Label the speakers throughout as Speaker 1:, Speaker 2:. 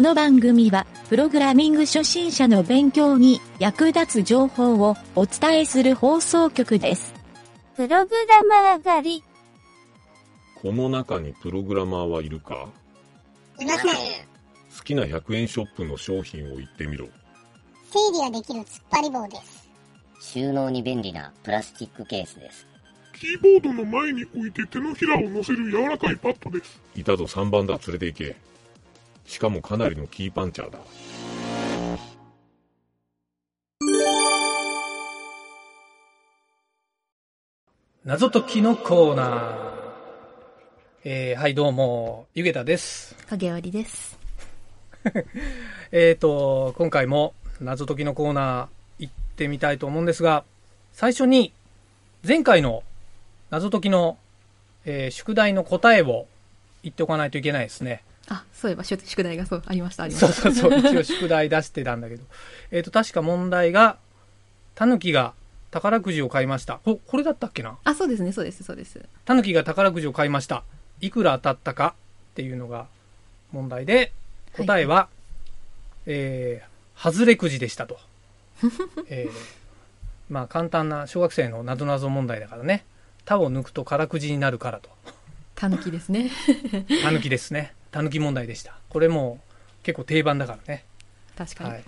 Speaker 1: の番組は、プログラミング初心者の勉強に役立つ情報をお伝えする放送局です。
Speaker 2: プログラマー狩り。
Speaker 3: この中にプログラマーはいるか
Speaker 4: いません。
Speaker 3: 好きな100円ショップの商品を言ってみろ。
Speaker 4: 整理ができる突っ張り棒です。
Speaker 5: 収納に便利なプラスチックケースです。
Speaker 6: キーボードの前に置いて手のひらを乗せる柔らかいパッドです。
Speaker 3: いたぞ3番だ、連れて行け。しかもかなりのキーパンチャーだ。
Speaker 7: 謎解きのコーナー。えー、はい、どうも、ゆげたです。
Speaker 8: 影織です。
Speaker 7: えーと、今回も謎解きのコーナー行ってみたいと思うんですが、最初に前回の謎解きの、えー宿題の答えを言っておかないといけないですね。
Speaker 8: あ、そういえば、宿宿題がそう、ありました、ありま
Speaker 7: そう
Speaker 8: し
Speaker 7: そうそう、一応宿題出してたんだけど。 えーと、確か問題が、タヌキが宝くじを買いました。ここれだったっけな
Speaker 8: た。あ、そうですね、そうです、そうです。
Speaker 7: タヌキが宝くじを買いました。いくら当たったかっていうのが問題で、答えは、えー、外れくじでした と。えーまあ簡単な小学生のなぞなぞ問題だからね。他を抜くと空くじになるからと。
Speaker 8: たぬきですね。
Speaker 7: タヌキですね。タヌキ問題でした。これもう結構定番だからね。
Speaker 8: 確かに。
Speaker 7: はい。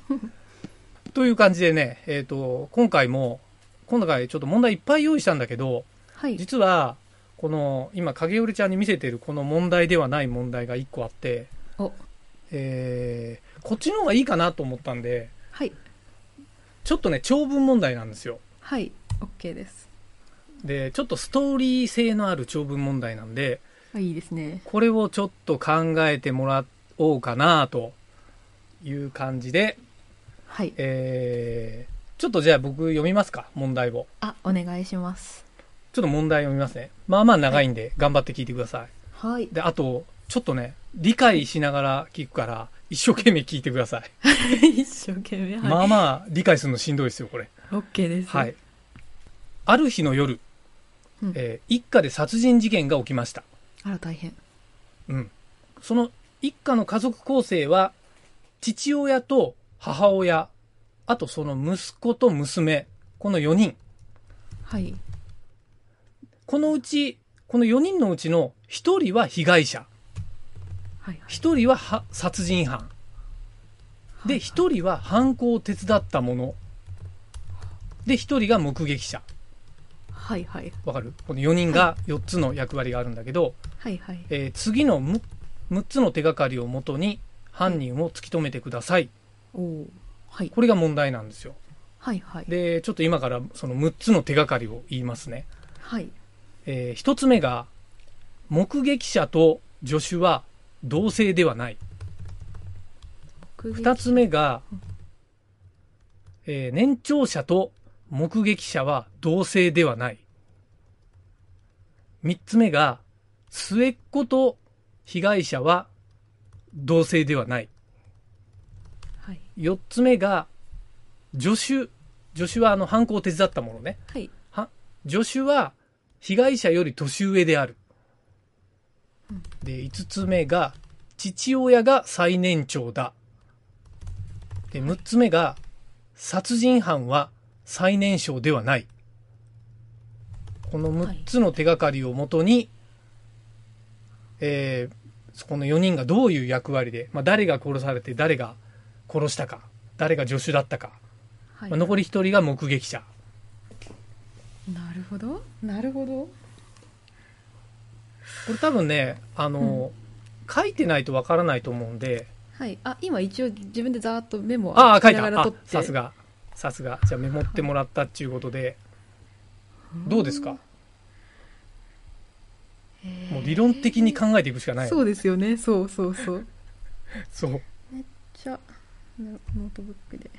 Speaker 7: という感じでね、えっ、と、今回も、今回ちょっと問題いっぱい用意したんだけど、
Speaker 8: はい。
Speaker 7: 実はこの今影織ちゃんに見せてるこの問題ではない問題が1個あって、
Speaker 8: お、
Speaker 7: えーこっちの方がいいかなと思ったんで
Speaker 8: はい。
Speaker 7: ちょっとね長文問題なんですよ
Speaker 8: はい。OK です。
Speaker 7: でちょっとストーリー性のある長文問題なんで
Speaker 8: あいいですね。
Speaker 7: これをちょっと考えてもらおうかなという感じで、
Speaker 8: はい。
Speaker 7: えーちょっとじゃあ僕読みますか問題を
Speaker 8: あ、お願いします。
Speaker 7: ちょっと問題読みますねまあまあ長いんで頑張って聞いてください
Speaker 8: はい。
Speaker 7: で、あと、ちょっとね、理解しながら聞くから、一生懸命聞いてく ださい。
Speaker 8: 一生懸命、はい。
Speaker 7: まあまあ、理解するのしんどいですよ、これ。
Speaker 8: OK です。
Speaker 7: はい。。ある日の夜、
Speaker 8: うん
Speaker 7: えー一家で殺人事件が起きました。
Speaker 8: あら、大変。
Speaker 7: うん。その一家の家族構成は、父親と母親、あとその息子と娘、この4人。
Speaker 8: はい。
Speaker 7: このうち、この4人のうちの1人は被害者、
Speaker 8: はい。
Speaker 7: 1人はは殺人犯、で、一人は犯行を手伝った者。で、一人が目撃者。
Speaker 8: はいはい。
Speaker 7: わかるこの4人が4つの役割があるんだけど、
Speaker 8: はいはい。
Speaker 7: えー次のむ6つの手がかりをもとに犯人を突き止めてください。
Speaker 8: おーはい。
Speaker 7: これが問題なんですよ。
Speaker 8: はいはい。
Speaker 7: で、ちょっと今からその6つの手がかりを言いますね。
Speaker 8: はい。
Speaker 7: え1つ目が、目撃者と助手は同性ではない。二つ目が、えー年長者と目撃者は同性ではない。三つ目が、末っ子と被害者は同性ではない。
Speaker 8: はい。
Speaker 7: 四つ目が、助手。助手はあの犯行を手伝ったものね。
Speaker 8: はい。
Speaker 7: は助手は被害者より年上である。で、五つ目が、父親が最年長だ。で、六つ目が、殺人犯は最年少ではない。この
Speaker 8: はい
Speaker 7: 六つの手がかりをもとに、えーこの四人がどういう役割で、まあ、誰が殺されて誰が殺したか、誰が助手だったか、
Speaker 8: はい。
Speaker 7: まあ、残り一人が目撃者。
Speaker 8: なるほど。なるほど。
Speaker 7: これ多分ね、あの、書いてないとわからないと思うんで、
Speaker 8: はい。あ、今一応自分でざーっとメモを
Speaker 7: ああ、書い
Speaker 8: しな
Speaker 7: た。
Speaker 8: がら
Speaker 7: あ
Speaker 8: 撮っ、て
Speaker 7: さすが。さすが。じゃあメモってもらったっていうことで、どうですかもう理論的に考えていくしかない。
Speaker 8: そうですよね。そうそうそう。
Speaker 7: そう。
Speaker 8: じゃあ、ノノートブックで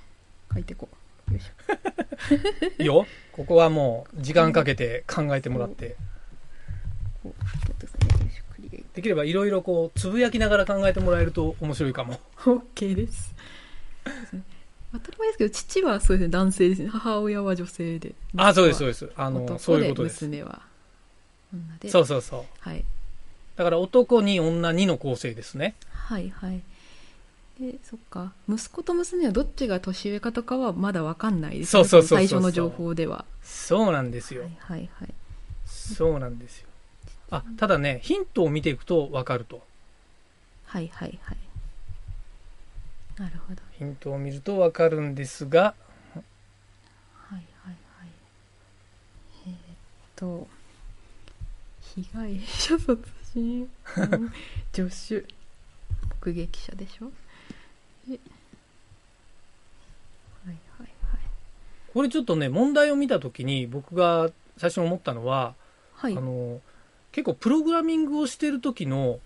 Speaker 8: 書いてこう。よいしょ。
Speaker 7: いいよ。ここはもう、時間かけて考えてもらって。
Speaker 8: こう、ちょっとですね。よいしょ、クリエイ
Speaker 7: できればいろいろこう、つぶやきながら考えてもらえると面白いかも。
Speaker 8: ト。OK です。そうですね当たり前ですけど、父はそうですね、男性ですね。母親は女性で。
Speaker 7: ああ、そうです、そう
Speaker 8: う
Speaker 7: です。あ
Speaker 8: あ
Speaker 7: の、そういうことです。
Speaker 8: 娘は女で。
Speaker 7: そうそうそう。
Speaker 8: はい。
Speaker 7: だから男に女2の構成ですね。
Speaker 8: はいはい。でそっか息子と娘はどっちが年上かとかはまだわかんないです
Speaker 7: そうそうそうそう
Speaker 8: 最初の情報では
Speaker 7: そうなんですよ。
Speaker 8: はいはい
Speaker 7: そうなんですよ。あ、ただね、ヒントを見ていくとわかると。
Speaker 8: はいはいはいなるほど
Speaker 7: ヒントを見るとわかるんですが、
Speaker 8: はいはいはいえーっと被害者殺人うん助手目撃者でしょえはいはい
Speaker 7: これちょっとね、問題を見たときに僕が最初に思ったのは、
Speaker 8: はい
Speaker 7: あ
Speaker 8: はい
Speaker 7: の、結構プログラミングをしてる時の思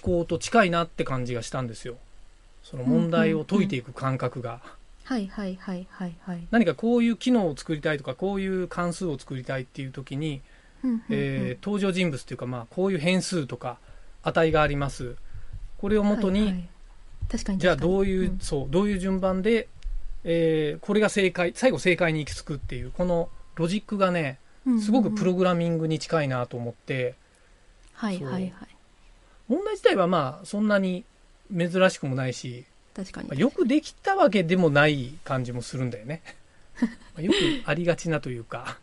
Speaker 7: 考と近いなって感じがしたんですよ。その問題を解いていく感覚が。
Speaker 8: はいはいはいはいはい
Speaker 7: 何かこういう機能を作りたいとか、こういう関数を作りたいっていう時に、
Speaker 8: うんうんうん
Speaker 7: えー登場人物というか、まあ、こういう変数とか値があります。これをもとに、
Speaker 8: はいはい確かに
Speaker 7: じゃあ
Speaker 8: 確かに
Speaker 7: どういう、
Speaker 8: ん
Speaker 7: そう、どういう順番で、えーこれが正解、最後正解に行き着くっていう、このロジックがね、すごくプログラミングに近いなと思って、
Speaker 8: はいはいはい
Speaker 7: 問題自体はまあ、そんなに珍しくもないし、
Speaker 8: 確かに
Speaker 7: まあよくできたわけでもない感じもするんだよ ね。まあよくありがちなというか、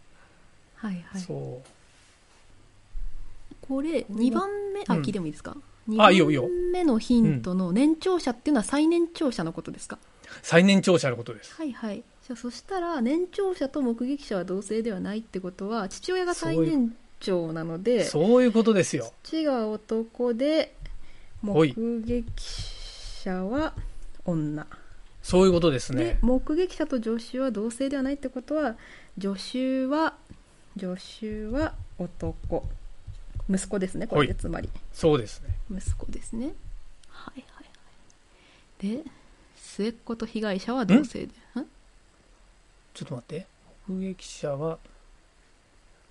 Speaker 8: はいはい
Speaker 7: そ
Speaker 8: これ2番目あ
Speaker 7: うん
Speaker 8: 聞いてもいいですか
Speaker 7: あいいよいいよ
Speaker 8: 2番目のヒントの年長者っていうのは最年長者のことですか
Speaker 7: う、最年長者のことです。
Speaker 8: はいはいじゃあそしたら年長者と目撃者は同性ではないってことは父親が最年長なので
Speaker 7: そういうことですよ。
Speaker 8: 父が男で
Speaker 7: ほ
Speaker 8: 目
Speaker 7: い
Speaker 8: 撃者は女
Speaker 7: そういうことです
Speaker 8: で
Speaker 7: ね。
Speaker 8: 目撃者と助手は同性ではないってことは助手は助手は男息子ですねこれ
Speaker 7: は
Speaker 8: でつまり
Speaker 7: そうですね。
Speaker 8: 息子ですねはいはいはいで末っ子と被害者は同性でん
Speaker 7: ちょっと待って。目撃者は、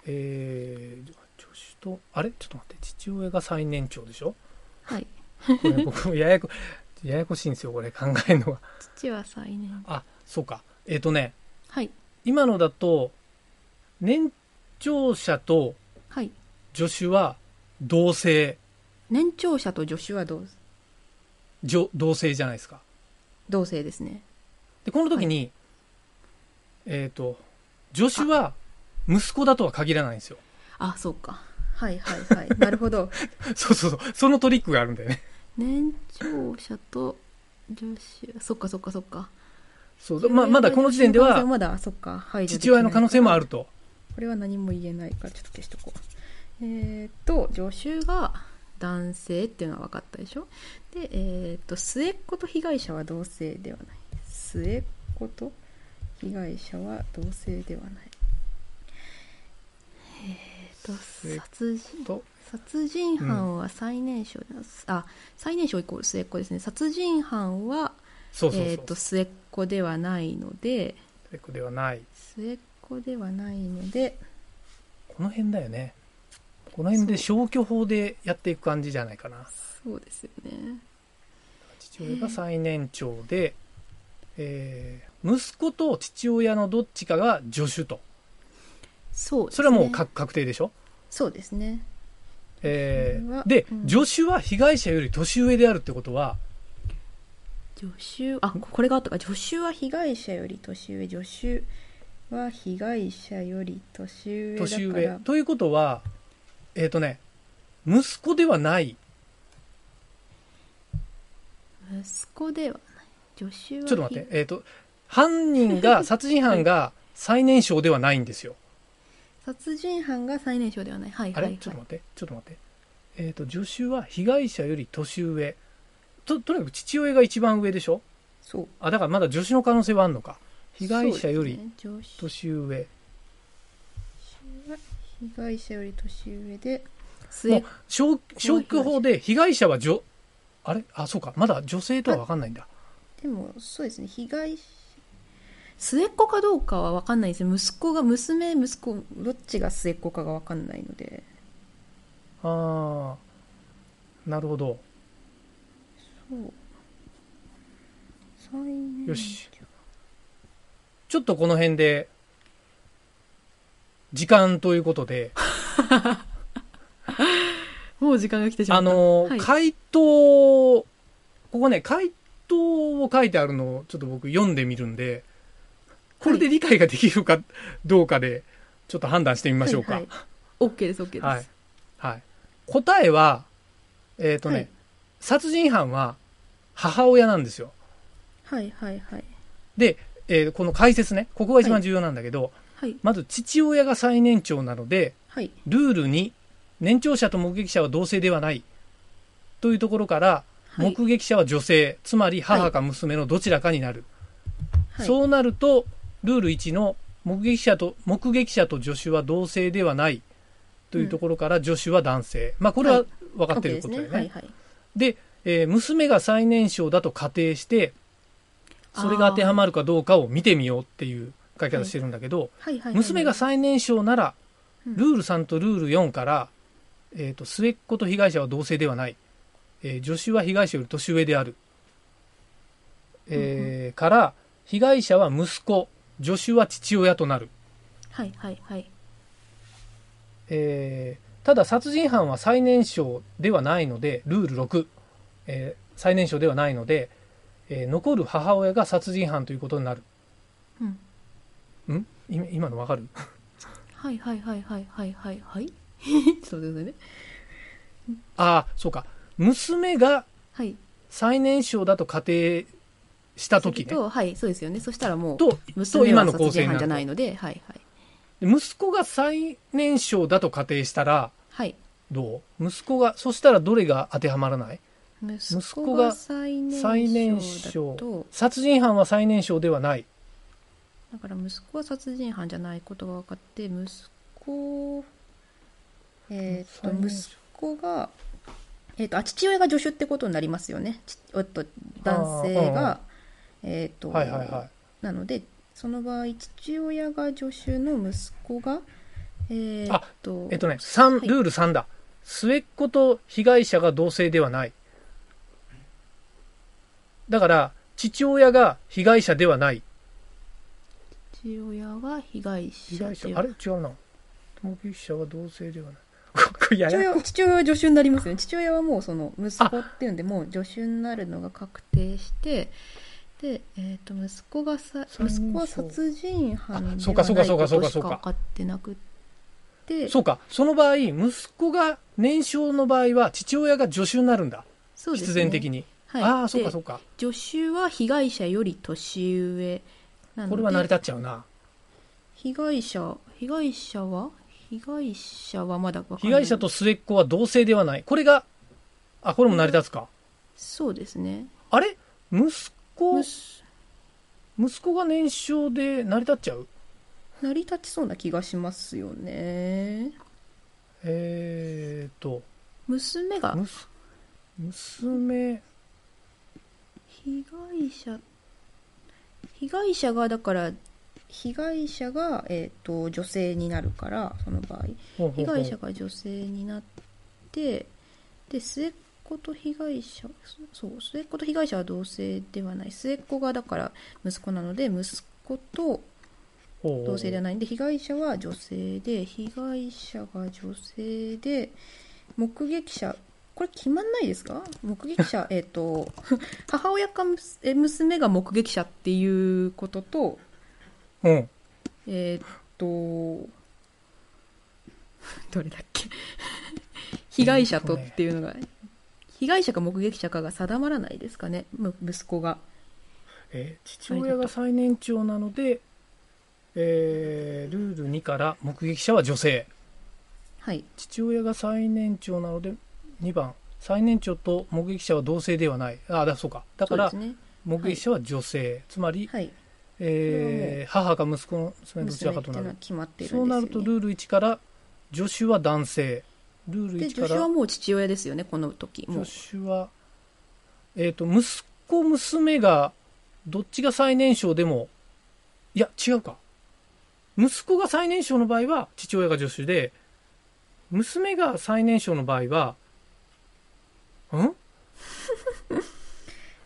Speaker 7: えー、助手と、あれちょっと待って。父親が最年長でしょ
Speaker 8: はい
Speaker 7: これ僕もややこ、ややこしいんですよ、これ考えるのが。
Speaker 8: 父は最年
Speaker 7: あ、そうか。えっ、とね、
Speaker 8: はい
Speaker 7: 今のだと、年長者と
Speaker 8: はい
Speaker 7: 助手は同性、
Speaker 8: 年長者と助手は同
Speaker 7: じょ同性じゃないですか。
Speaker 8: 同性ですね
Speaker 7: で、この時に、えっ、と、助手は息子だとは限らないんですよ。
Speaker 8: あそうかはいはい はいなるほど
Speaker 7: そうそうそう。そのトリックがあるんだよね。
Speaker 8: 年長者と助手そっかそっかそっか
Speaker 7: そう。まあ、まだこの時点では、
Speaker 8: まだそっか排除でき
Speaker 7: 父
Speaker 8: ない
Speaker 7: 親の可能性もあると。
Speaker 8: これは何も言えないからちょっと消しとこうえー、っと助手が男性っていうのは分かったでしょでえー、っと末っ子と被害者は同性ではない末っ子と被害者は同性ではないえー、っと
Speaker 7: 末っ子
Speaker 8: 殺人
Speaker 7: と
Speaker 8: 殺人犯は最年少な、あ最年少イコール末っ子ですね殺人犯は
Speaker 7: そうそうそう。
Speaker 8: えー、っと末っ子ではないので
Speaker 7: トリックではない。
Speaker 8: 末っ子ではないので
Speaker 7: この辺だよね。この辺で消去法でやっていく感じじゃないかな。
Speaker 8: そうですよね
Speaker 7: 父親が最年長で、えー息子と父親のどっちかが助手と。
Speaker 8: そうですね
Speaker 7: それはもう確確定でしょ、
Speaker 8: そうですね
Speaker 7: えー
Speaker 8: それは
Speaker 7: で
Speaker 8: う、ん
Speaker 7: 助手は被害者より年上であるってことは、
Speaker 8: 助手あこれがあったか助手は被害者より年上助手は被害者より年上だから
Speaker 7: 年上。ということは、えっ、とね、息子ではない。
Speaker 8: 息子ではない助手は
Speaker 7: ちょっと待って。えっ、と、犯人 が、殺人犯が最年少ではないんですよ。
Speaker 8: 殺人犯が最年少ではないはい
Speaker 7: あ
Speaker 8: は
Speaker 7: れ、
Speaker 8: いはい
Speaker 7: ちょっと待って、ちょっと待って。えっ、と、助手は被害者より年上。と、とにかく父親が一番上でしょ
Speaker 8: そう
Speaker 7: あ、だからまだ助手の可能性はあるのか。被害者より
Speaker 8: そうですね
Speaker 7: 年上。
Speaker 8: 助手は被害者より年上で
Speaker 7: も
Speaker 8: 末
Speaker 7: う消消去法で被害者は女、あれあ、そうか。まだ女性とは分かんないんだ。
Speaker 8: でもそうですね被害者末っ子かどうかは分かんないですね息子が娘息子どっちが末っ子かが分かんないので
Speaker 7: ああ。なるほど。
Speaker 8: そう最年
Speaker 7: よし。ちょっとこの辺で、時間ということで、
Speaker 8: もう時間が来てしまった
Speaker 7: あの、
Speaker 8: はい
Speaker 7: 回答、ここね、回答を書いてあるのをちょっと僕読んでみるんで、これで理解ができるかどうかで、ちょっと判断してみましょうか。
Speaker 8: はいはい、OK です OK です、
Speaker 7: はい。はい。答えは、えっ、とね、
Speaker 8: はい
Speaker 7: 殺人犯は母親なんですよ。
Speaker 8: はいはいはい
Speaker 7: で、えーこの解説ね、ここが一番重要なんだけど、
Speaker 8: はい
Speaker 7: まず父親が最年長なので、
Speaker 8: はい
Speaker 7: ルールに年長者と目撃者は同性ではないというところから、
Speaker 8: はい
Speaker 7: 目撃者は女性、つまり母か娘のどちらかになる。
Speaker 8: はい
Speaker 7: そうなると、ルール1の目撃者と、目撃者と助手は同性ではないというところから、助手は男性。まあ、これは分かってることだよ
Speaker 8: OK
Speaker 7: ね。
Speaker 8: はいはい
Speaker 7: で、えー娘が最年少だと仮定してそれが当てはまるかどうかを見てみようっていう書き方してるんだけど、
Speaker 8: はいはいはい
Speaker 7: 娘が最年少なら
Speaker 8: うん
Speaker 7: ルール3とルール4から、えー、と末っ子と被害者は同性ではない、えー助手は被害者より年上である、えーから被害者は息子助手は父親となる、
Speaker 8: はいはいはい
Speaker 7: えーただ殺人犯は最年少ではないのでルール6、えー最年少ではないので、えー残る母親が殺人犯ということになる
Speaker 8: うん
Speaker 7: ん今今のわかる
Speaker 8: はいはいはいはいはいはいはい ちょっと待ってくださいね
Speaker 7: ああそうか娘が
Speaker 8: はい
Speaker 7: 最年少だと仮定した時
Speaker 8: そ
Speaker 7: ね
Speaker 8: れとはいそうですよねそしたらもう
Speaker 7: とと
Speaker 8: 娘
Speaker 7: 今
Speaker 8: は
Speaker 7: の
Speaker 8: 殺
Speaker 7: 構成
Speaker 8: 人
Speaker 7: にな
Speaker 8: 犯じゃ
Speaker 7: る
Speaker 8: ないのではいはい
Speaker 7: で息子が最年少だと仮定したら
Speaker 8: はい
Speaker 7: どう息子がそしたらどれが当てはまらない子
Speaker 8: 息子
Speaker 7: が
Speaker 8: が最
Speaker 7: 最
Speaker 8: 年
Speaker 7: 年
Speaker 8: 少
Speaker 7: 少
Speaker 8: だと
Speaker 7: 殺人犯は最年少ではない
Speaker 8: だから息子は殺人犯じゃないことが分かって息子えー
Speaker 7: 最
Speaker 8: っと
Speaker 7: 年少
Speaker 8: 息子がえーっとあ父親が助手ってことになりますよねちえっと男性
Speaker 7: あ
Speaker 8: がえーっと
Speaker 7: はいはいはい
Speaker 8: なのでその場合父親が助手の息子がえーっと
Speaker 7: えっとね、三
Speaker 8: はい
Speaker 7: ルール3だ。末っ子と被害者が同性ではない。だから、父親が被害者ではない。
Speaker 8: 父親は被害者
Speaker 7: 被害者
Speaker 8: で、は
Speaker 7: あれ違うな。目撃者は同性ではない。 これや
Speaker 8: 父
Speaker 7: や
Speaker 8: 親父親は助手になりま すよね父親はもうその息子っていうんでもう助手になるのが確定してで、えー、と息子がさ
Speaker 7: 三人称
Speaker 8: 息子は殺人犯
Speaker 7: あ
Speaker 8: で
Speaker 7: そう
Speaker 8: は
Speaker 7: かそうか
Speaker 8: ない
Speaker 7: そう
Speaker 8: こ
Speaker 7: かそう
Speaker 8: と
Speaker 7: か
Speaker 8: し
Speaker 7: そ
Speaker 8: か
Speaker 7: うか
Speaker 8: 分かってなくって
Speaker 7: そうか、その場合、息子が年少の場合は、父親が助手になるんだ。
Speaker 8: そうです
Speaker 7: 必
Speaker 8: ね
Speaker 7: 然的に。
Speaker 8: はい、
Speaker 7: ああ、そうかそううか。
Speaker 8: 助手は被害者より年上なので
Speaker 7: これは成り立っちゃうな。
Speaker 8: 被害者被害者は被害者はまだ分か
Speaker 7: 被
Speaker 8: んない
Speaker 7: 害者と末っ子は同性ではない。これが、あ、これも成り立つか。
Speaker 8: そうですね
Speaker 7: あれ息子、
Speaker 8: 息
Speaker 7: 息子が年少で成り立っちゃう
Speaker 8: 成り立ちそうな気がしますよね
Speaker 7: えーと、
Speaker 8: 娘が
Speaker 7: むす娘、
Speaker 8: 被害者被害者がだから被害者が、えー、と女性になるからその場合
Speaker 7: ほうほ
Speaker 8: 被
Speaker 7: うほう
Speaker 8: 害者が女性になってで末っ子と被害者そそう末っ子と被害者は同性ではない末っ子がだから息子なので息子と
Speaker 7: ほう
Speaker 8: 同性ではないんで被害者は女性で被害者が女性で目撃者これ決まんないですか目 撃者えっと母親かむすえ娘が目撃者っていうことと
Speaker 7: うん。
Speaker 8: えっと どれだっ け被害者とっていうのが被害者か目撃者かが定まらないですかねむ息子が
Speaker 7: えー父親が最年長なので、えールール2から目撃者は女性。
Speaker 8: はい
Speaker 7: 父親が最年長なので、2番、最年長と目撃者は同性ではない。あ、だそうか。だか
Speaker 8: そうで
Speaker 7: ら
Speaker 8: す、ね
Speaker 7: 目撃者は女性。つまり、
Speaker 8: はい
Speaker 7: えー母か息子の娘のどち
Speaker 8: 娘
Speaker 7: ら
Speaker 8: って
Speaker 7: かと
Speaker 8: いう
Speaker 7: な
Speaker 8: のは
Speaker 7: る。
Speaker 8: 決まっている
Speaker 7: そうん
Speaker 8: です
Speaker 7: な
Speaker 8: よ、ね、
Speaker 7: ると、ルール1から、助手は男性。ルール
Speaker 8: で
Speaker 7: 1か
Speaker 8: 助手
Speaker 7: ら
Speaker 8: は、もう父親ですよねこの時もう
Speaker 7: 助手は、えっ、と、息子、娘が、どっちが最年少でも、いや、違うか。息子が最年少の場合は、父親が助手で、娘が最年少の場合は、ん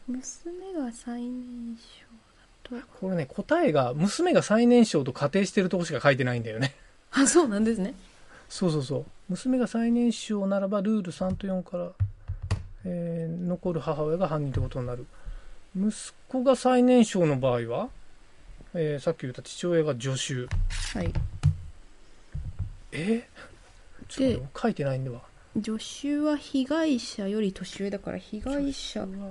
Speaker 8: 娘が最年少だと
Speaker 7: これね、答えが、娘が最年少と仮定してるとこしか書いてないんだよね。
Speaker 8: あそうなんですね
Speaker 7: そうそうそう。娘が最年少ならば、ルール3と4から、えー残る母親が犯人ってことになる。息子が最年少の場合は、えーさっき言った父親が助手。
Speaker 8: はい
Speaker 7: えー、ちょっと待って書いてないんでは。
Speaker 8: 助手は被害者より年上だから被害者
Speaker 7: 助手は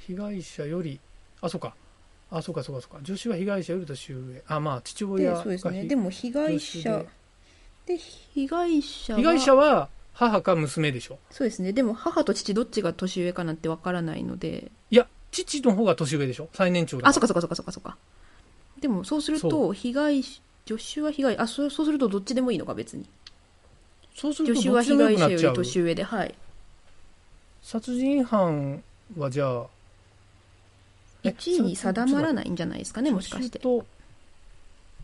Speaker 7: 被害者より、あ、そうか。あ、そうか、そうか、そうか。助手は被害者より年上。あ、まあ、父
Speaker 8: で
Speaker 7: 親が
Speaker 8: そうですね
Speaker 7: ひ
Speaker 8: でも被害者
Speaker 7: 助
Speaker 8: で被害者は
Speaker 7: 被害者は母か娘でしょ。
Speaker 8: そうですねでも母と父どっちが年上かなんてわからないので
Speaker 7: いや、父の方が年上でしょ。最年長だから。
Speaker 8: あそっかそっかそっかそっかそっかでもそうする
Speaker 7: そ
Speaker 8: と被害者助手は被害あそうそうするとどっちでもいいのか別に
Speaker 7: そうすると、
Speaker 8: 助手
Speaker 7: ど
Speaker 8: は
Speaker 7: っちで
Speaker 8: 被
Speaker 7: も
Speaker 8: 害
Speaker 7: よくな
Speaker 8: 者
Speaker 7: っ
Speaker 8: よ
Speaker 7: ちゃ
Speaker 8: り
Speaker 7: う。
Speaker 8: 年上ではい
Speaker 7: 殺人犯はじゃあ、え
Speaker 8: 1位に定まらないんじゃないですかねもしかし
Speaker 7: 助
Speaker 8: て
Speaker 7: 手と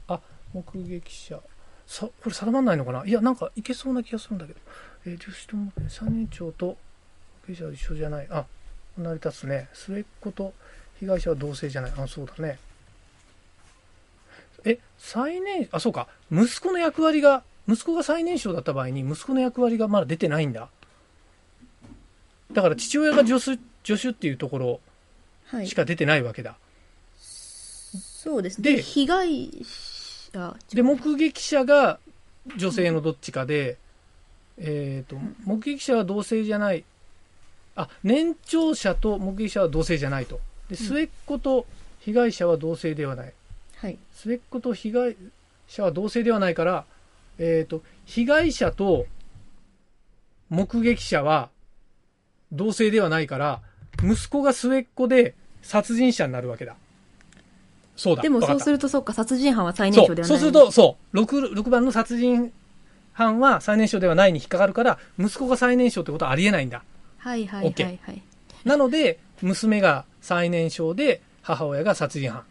Speaker 7: あ目撃者さこれ定まんないのかないやなんかいけそうな気がするんだけど、えー、助手と目撃者3年長と目撃者は一緒じゃないあ成り立つね末っ子と被害者は同性じゃないあそうだねえ最年あそうか息子の役割が息子が最年少だった場合に息子の役割がまだ出てないんだだから父親が助手助手っていうところ
Speaker 8: はい
Speaker 7: しか出てないわけだ、
Speaker 8: そうですね
Speaker 7: で
Speaker 8: 被害者
Speaker 7: で目撃者が女性のどっちかで、えー、と目撃者は同性じゃないあ年長者と目撃者は同性じゃないとで末っ子と被害者は同性ではない
Speaker 8: はい
Speaker 7: 末っ子と被害者は同性ではないから、えー、と被害者と目撃者は同性ではないから息子が末っ子で殺人者になるわけだそうだ
Speaker 8: でも
Speaker 7: わか
Speaker 8: そ
Speaker 7: っ
Speaker 8: う
Speaker 7: た
Speaker 8: するとそうか殺人犯は最年
Speaker 7: そ
Speaker 8: 少で
Speaker 7: う
Speaker 8: は
Speaker 7: そう
Speaker 8: ない
Speaker 7: すると、そう、6, 6番の殺人犯は最年少ではないに引っかかるから、息子が最年少ってことはありえないんだ。
Speaker 8: はいはいは
Speaker 7: OK
Speaker 8: いはい
Speaker 7: なので、娘が最年少で、母親が殺人犯。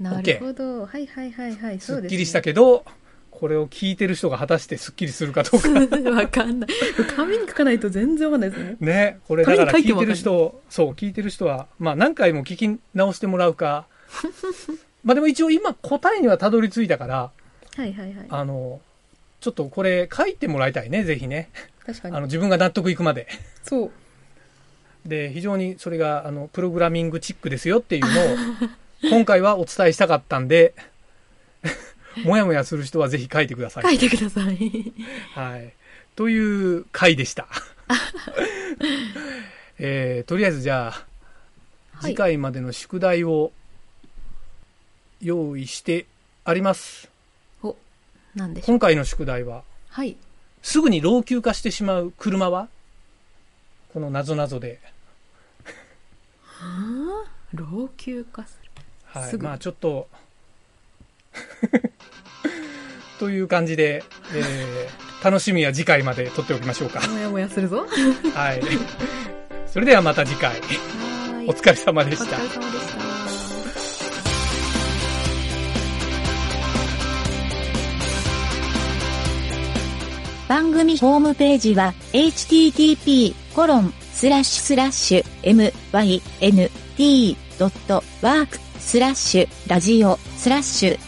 Speaker 8: なるほどはいはいはいはい
Speaker 7: す
Speaker 8: そう
Speaker 7: っ
Speaker 8: です
Speaker 7: き
Speaker 8: ね
Speaker 7: りしたけど、これを聞いてる人が果たしてすっきりするかどうか。
Speaker 8: わかんない紙に書かないと全然わかんないですね
Speaker 7: ね、これだから聞
Speaker 8: 紙に書いて
Speaker 7: い
Speaker 8: も
Speaker 7: て
Speaker 8: わかん
Speaker 7: る
Speaker 8: ない
Speaker 7: 人、そう、聞いてる人は、まあ何回も聞き直してもらうか。 まあでも一応今答えにはたどり着いたから、
Speaker 8: はいはいはい
Speaker 7: あの、ちょっとこれ書いてもらいたいね、ぜひね。
Speaker 8: 確か
Speaker 7: あ
Speaker 8: に
Speaker 7: の、自分が納得いくまで。
Speaker 8: そう
Speaker 7: で非常にそれがあのプログラミングチックですよっていうのを 今回はお伝えしたかったんで もやもやする人はぜひ書いてください。
Speaker 8: 書いてください
Speaker 7: はい、という回でした。えーとりあえずじゃあ、
Speaker 8: はい
Speaker 7: 次回までの宿題を用意してあります。
Speaker 8: おなんでしょう
Speaker 7: 今回の宿題は
Speaker 8: はい
Speaker 7: すぐに老朽化してしまう車はこの謎謎で。
Speaker 8: 老朽化する
Speaker 7: はい、
Speaker 8: すぐ
Speaker 7: まあちょっと という感じで、えー楽しみは次回まで取っておきましょうか、
Speaker 8: もやもやするぞは
Speaker 7: はい、それではまた次回
Speaker 8: ーい
Speaker 7: お疲れ様で
Speaker 8: お
Speaker 7: し
Speaker 8: 疲
Speaker 7: た
Speaker 8: れ様でした
Speaker 1: 番組ホームページは http://mynt.work/.radio/. ラジオスラッシュ